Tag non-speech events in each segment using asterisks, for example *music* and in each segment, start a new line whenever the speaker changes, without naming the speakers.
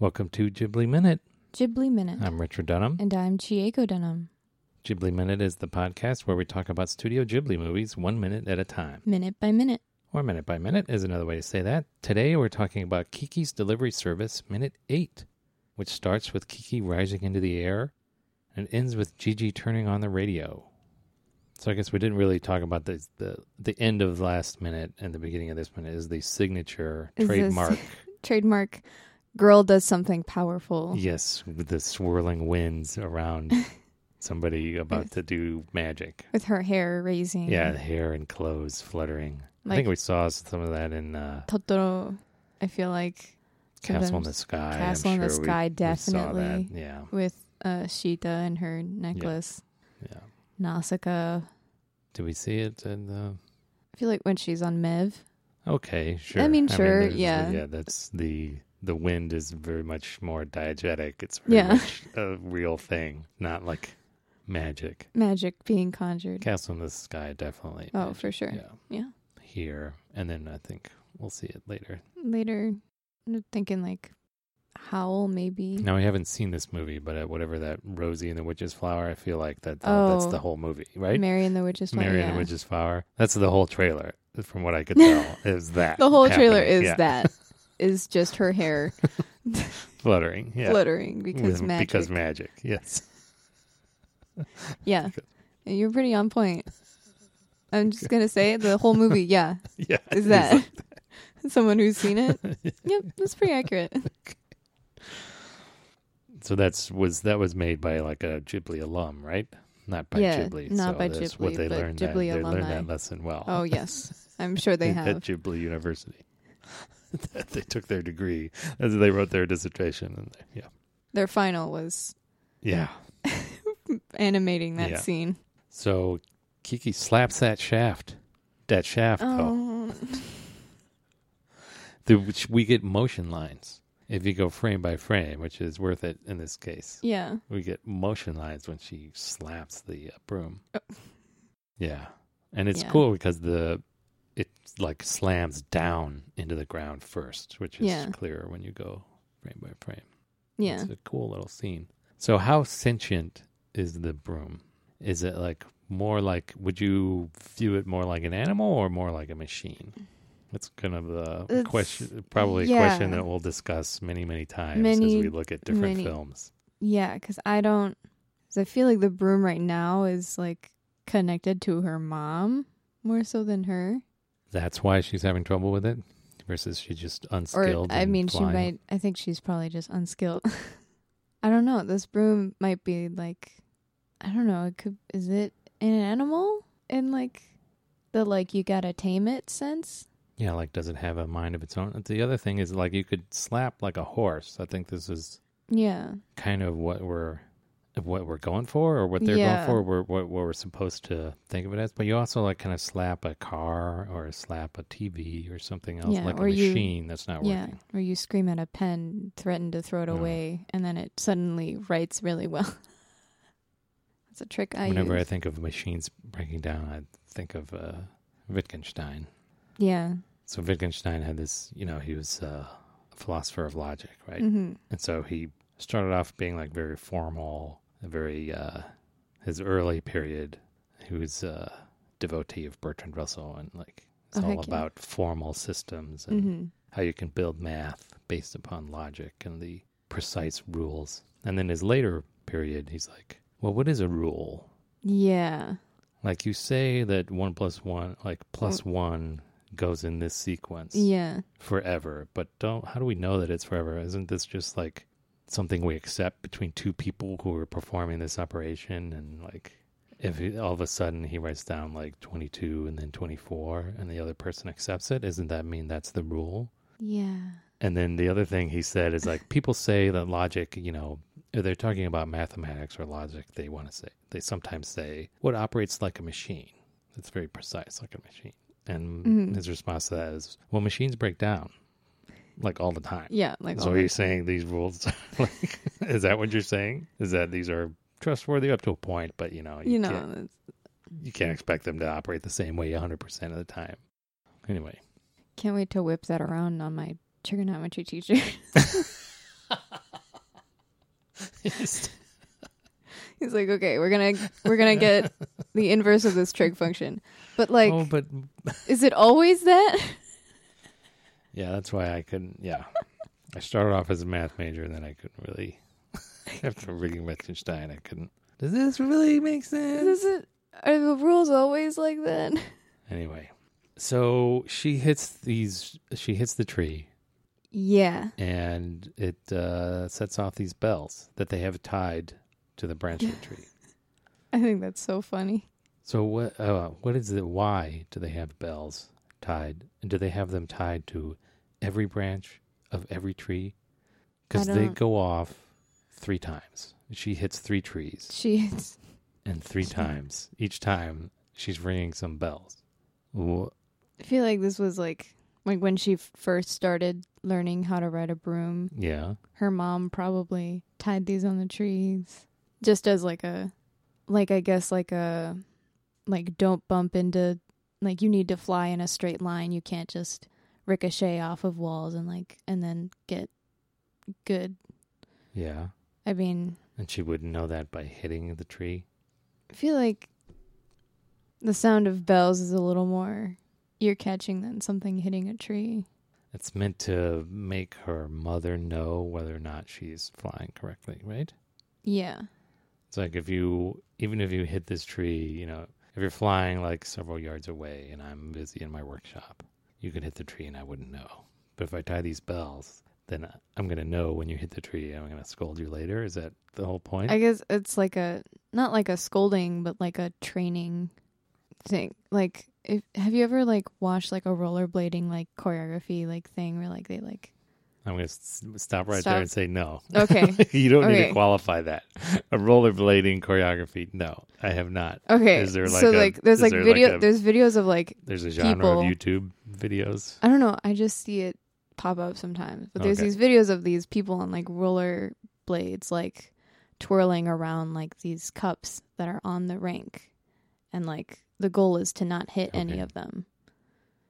Welcome to Ghibli Minute.
Ghibli Minute.
I'm Richard Dunham.
and I'm Chieko Dunham.
Ghibli Minute is the podcast where we talk about Studio Ghibli movies one minute at a time,
Minute by minute.
or minute by minute is another way to say that. Today we're talking about Kiki's Delivery Service Minute 8, which starts with Kiki rising into the air and ends with Gigi turning on the radio. So I guess we didn't really talk about the the, the end of last minute and the beginning of this minute is the signature
Is this-
trademark.
Trademark girl does something powerful.
Yes, with the swirling winds
*laughs*
around somebody about to do magic.
With her hair raising.
Yeah, hair and clothes fluttering. I
Like
think we saw some of that in uh,
Totoro, I feel like
Castle in
sometimes-
the Sky. I'm
Castle in the
sure we-
Sky,
we saw that.
definitely.
Yeah,
With uh, Shita and her necklace.
yeah.
Nausicaa.
Did we see it? In the...
I feel like when she's on Mev.
Okay, sure.
mean, sure,
there's the-
yeah.
yeah, that's the the wind is very much more diegetic. It's very
Yeah.
much a real thing, not like magic.
Magic being conjured.
Castle in the Sky, definitely.
Oh, for sure.
Yeah.
Yeah.
Here and then I think we'll see it later.
Later, I'm thinking like Howl maybe.
Now I haven't seen this movie, but uh, whatever that Rosie and the Witch's Flower, I feel like that uh, that's
Oh.
the whole movie, right?
Mary and the Witch's Flower,
Mary and
yeah.
the Witch's Flower. That's the whole trailer, from what I
*laughs*
could tell. is that
The whole trailer
happening.
is
Yeah. *laughs*
that. Is just her hair
fluttering? Yeah,
fluttering because
With-
magic.
Because magic. Yes.
*laughs*
*laughs*
Yeah. You're pretty on point. I'm just going to say the whole movie, yeah,
Yeah. it's
is that.
like-
*laughs* Someone who's
*laughs*
seen it. Yep, that's pretty accurate.
so that's was that was made by like a Ghibli alum, right? Not by
Yeah,
Ghibli.
not
so
by
that's
Ghibli,
What they
but
learned. that,
Ghibli
they learned
alumni.
that lesson well.
Oh, yes. I'm sure they
at
have.
Ghibli University. *laughs* they took their degree as they wrote their dissertation. And they, yeah,
Their final was
yeah.
animating that
Yeah.
scene.
So Kiki slaps that shaft, that shaft though.
Oh.
Through which we get motion lines if you go frame by frame, which is worth it in this case.
Yeah.
We get motion lines when she slaps the uh, broom.
Oh.
Yeah, and it's
Yeah.
cool because the it like slams down into the ground first, which is
Yeah.
clearer when you go frame by frame.
Yeah.
It's a cool little scene. So how sentient is the broom? Is it like more like would you view it more like an animal or more like a machine? That's kind of a
It's-
question probably a
yeah.
question that we'll discuss many, many times as
Many,
we look at different
many.
films.
Yeah, because I don't. Cause I feel like the broom right now is like connected to her mom more so than her.
That's why she's having trouble with it versus she just
Or
unskilled.
I
and
mean, she
flying.
might. I think she's probably just unskilled. *laughs* I don't know. This broom might be like, I don't know. It could. Is it an animal? And like the like you gotta tame it sense.
Yeah, like does it have a mind of its own? The other thing is like you could slap like a horse. I think this is
Yeah.
kind of what we're what we're going for or what they're going
Yeah.
for we're, what, what we're supposed to think of it as but you also like kind of slap a car or slap a tv or something else
Yeah,
like a
or you-
machine that's not
Yeah.
working
Or you scream at a pen, threaten to throw it
Yeah.
away, and then it suddenly writes really well. *laughs* That's a trick I
whenever i
use.
think of machines breaking down i think of uh, wittgenstein
yeah.
so wittgenstein had this you know he was uh, a philosopher of logic right
Mm-hmm.
And so he started off being like very formal, very uh his early period. He was a devotee of Bertrand Russell and like it's
Oh,
all
heck yeah.
about formal systems and
Mm-hmm.
how you can build math based upon logic and the precise rules. And then his later period he's like, Well what is a rule?
Yeah.
Like you say that one plus one like plus one goes in this sequence
Yeah.
forever but don't how do we know that it's forever isn't this just like something we accept between two people who are performing this operation and like if he, all of a sudden he writes down like 22 and then 24 and the other person accepts it doesn't that mean that's the rule
Yeah.
and then the other thing he said is like people say that logic you know if they're talking about mathematics or logic they want to say they sometimes say what operates like a machine it's very precise like a machine and
Mhm.
his response to that is well machines break down like all the time
Yeah. Like
so
all
are you
that.
saying these rules *laughs* are like is that what you're saying is that these are trustworthy up to a point but you know you,
you
can't,
know. that's-
you can't expect them to operate the same way 100% of the time anyway
*laughs*
*laughs*
Can't wait to whip that around on my trigonometry teacher.
Just-
*laughs* He's like, okay, we're gonna we're
*laughs*
gonna get the inverse of this trig function. But like,
oh, but
is it always that? *laughs*
yeah, that's why I couldn't. Yeah, I started off as a math major, and then I couldn't really. *laughs* After reading Wittgenstein, I couldn't. Does this really make sense?
Is it? Are the rules always like that?
Anyway, so she hits these. She hits the tree,
Yeah.
and it uh, sets off these bells that they have tied to the branch of the tree.
I think that's so funny.
So what? Uh, what is the why? Do they have bells tied? And do they have them tied to every branch of every tree? Because
I
they
don't-
go off three times. She hits three trees,
Jeez.
and three times each time she's ringing some bells. Wh-
I feel like this was like like when she f- first started learning how to ride a broom.
Yeah,
Her mom probably tied these on the trees just as like a like I guess like a like don't bump into like you need to fly in a straight line. You can't just ricochet off of walls and like and then get good.
yeah.
I mean,
And she wouldn't know that by hitting the tree.
I feel like the sound of bells is a little more ear catching than something hitting a tree.
It's meant to make her mother know whether or not she's flying correctly, right?
Yeah.
It's like if you, even if you hit this tree, you know, if you're flying like several yards away and I'm busy in my workshop, you could hit the tree and I wouldn't know. But if I tie these bells, then I- I'm going to know when you hit the tree. and I'm going to scold you later. Is that the whole point?
I guess it's like a not like a scolding, but like a training thing. Like, if, have you ever like watched like a rollerblading like choreography like thing where like
*laughs*
they like
I'm going to s- stop right
Stop.
there and say no.
okay
*laughs* you don't need to
Okay.
qualify that. A rollerblading choreography? No, I have not.
okay
Is there, like,
so
a-
like there's
is
like
there, like,
video
a-
there's videos of like
There's a genre of
People-
YouTube videos.
I don't know I just see it pop up sometimes but there's
Okay.
these videos of these people on like roller blades like twirling around like these cups that are on the rink and like the goal is to not hit any
Okay.
of them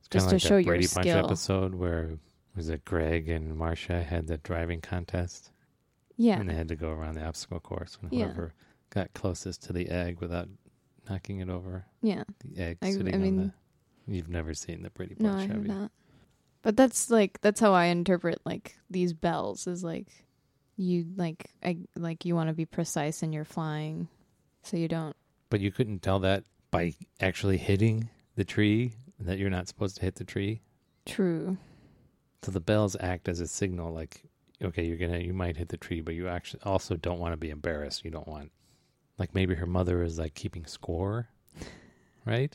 It's kinda
just to
like that
show your
Brady Bunch
skill.
episode where was it Greg and Marcia had the driving contest
yeah
and they had to go around the obstacle course and
Yeah.
whoever got closest to the egg without knocking it over
yeah
the egg
I- I
sitting on
mean-
the. You've never seen the Brady
No,
Bunch,
I
have
have
you?
not. But that's like that's how I interpret like these bells is like you like I, like you want to be precise in your flying, so you don't.
But you couldn't tell that by actually hitting the tree that you're not supposed to hit the tree.
True.
So the bells act as a signal, like, okay, you're gonna, you might hit the tree, but you actually also don't want to be embarrassed. You don't want, like, maybe her mother is like keeping score, right?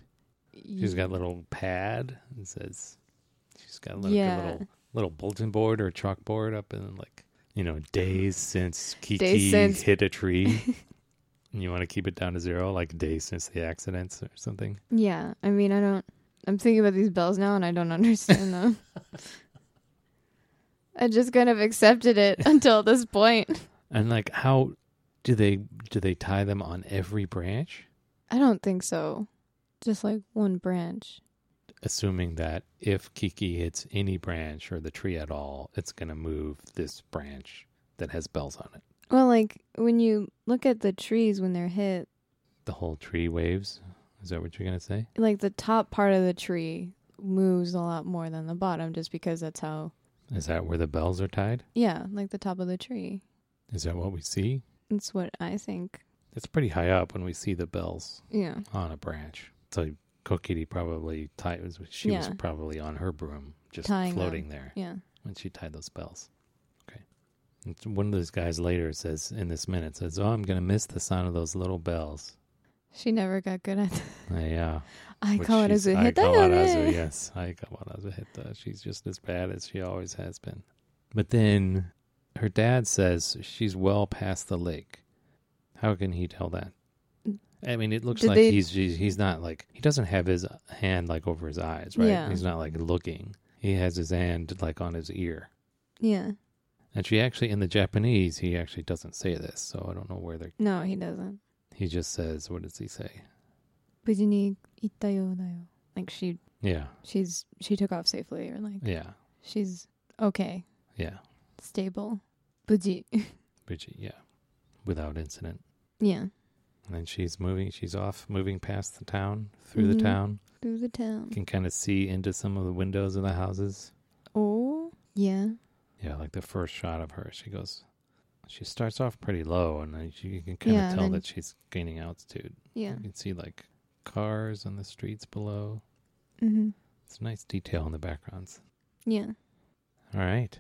She's
Mm.
got a little pad and says, she's got like
Yeah.
a little little bulletin board or chalkboard up and like, you know, days since Kiki
since-
hit a tree. and you want to keep it down to zero, like days since the accidents or something.
yeah. I mean, I don't. I'm thinking about these bells now, and I don't *laughs* understand them. I just kind of accepted it *laughs* until this point.
And like, how do they do they tie them on every branch?
I don't think so. Just like one branch.
assuming that if Kiki hits any branch or the tree at all, it's going to move this branch that has bells on it.
Well, like when you look at the trees when they're hit,
The whole tree waves. Is that what you're going to say?
like the top part of the tree moves a lot more than the bottom just because that's how
Is that where the bells are tied?
yeah like the top of the tree
Is that what we see?
that's what i think
It's pretty high up when we see the bells
yeah
on a branch. So Kokiri probably tied, she was
Yeah.
probably on her broom just
Tying them.
floating there.
yeah
when she tied those bells. Okay. And one of those guys later says, in this minute, says, Oh, I'm going to miss the sound of those little bells.
she never got good at *laughs* that
Yeah.
i
Which
call it
she's-
as a hit
I call it
that
as a-
way.
yes. I call it as a hit that. She's just as bad as she always has been. But then her dad says she's well past the lake. How can he tell that? I mean, it looks
Did
like
they-
he's he's he's not like he doesn't have his hand like over his eyes, right?
Yeah.
He's not like looking. He has his hand like on his ear.
yeah
And she actually in the Japanese, he actually doesn't say this, so I don't know where they're.
no he doesn't
He just says, "What does he say?"
Bujini ittayo dayo. like she
Yeah,
she's she took off safely or like
yeah,
she's okay
yeah.
stable Buji.
Bridget, yeah, without incident.
*laughs* yeah.
And then she's moving, she's off, moving past the town, through the
Mhm.
town.
Through the town.
Can kind of see into some of the windows of the houses.
Oh. Yeah.
Yeah, like the first shot of her, she goes, she starts off pretty low, and then she, you can kind
Yeah,
of tell
then-
that she's gaining altitude.
Yeah.
You can see like cars on the streets below.
Mm-hmm.
It's nice detail in the backgrounds.
Yeah.
All right.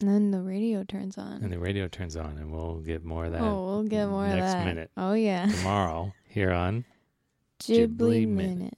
And then the radio turns on.
And the radio turns on, and we'll get more of that
oh, we'll get more
next
of that.
minute.
Oh yeah.
tomorrow here on
Ghibli,
Ghibli Minute.
minute.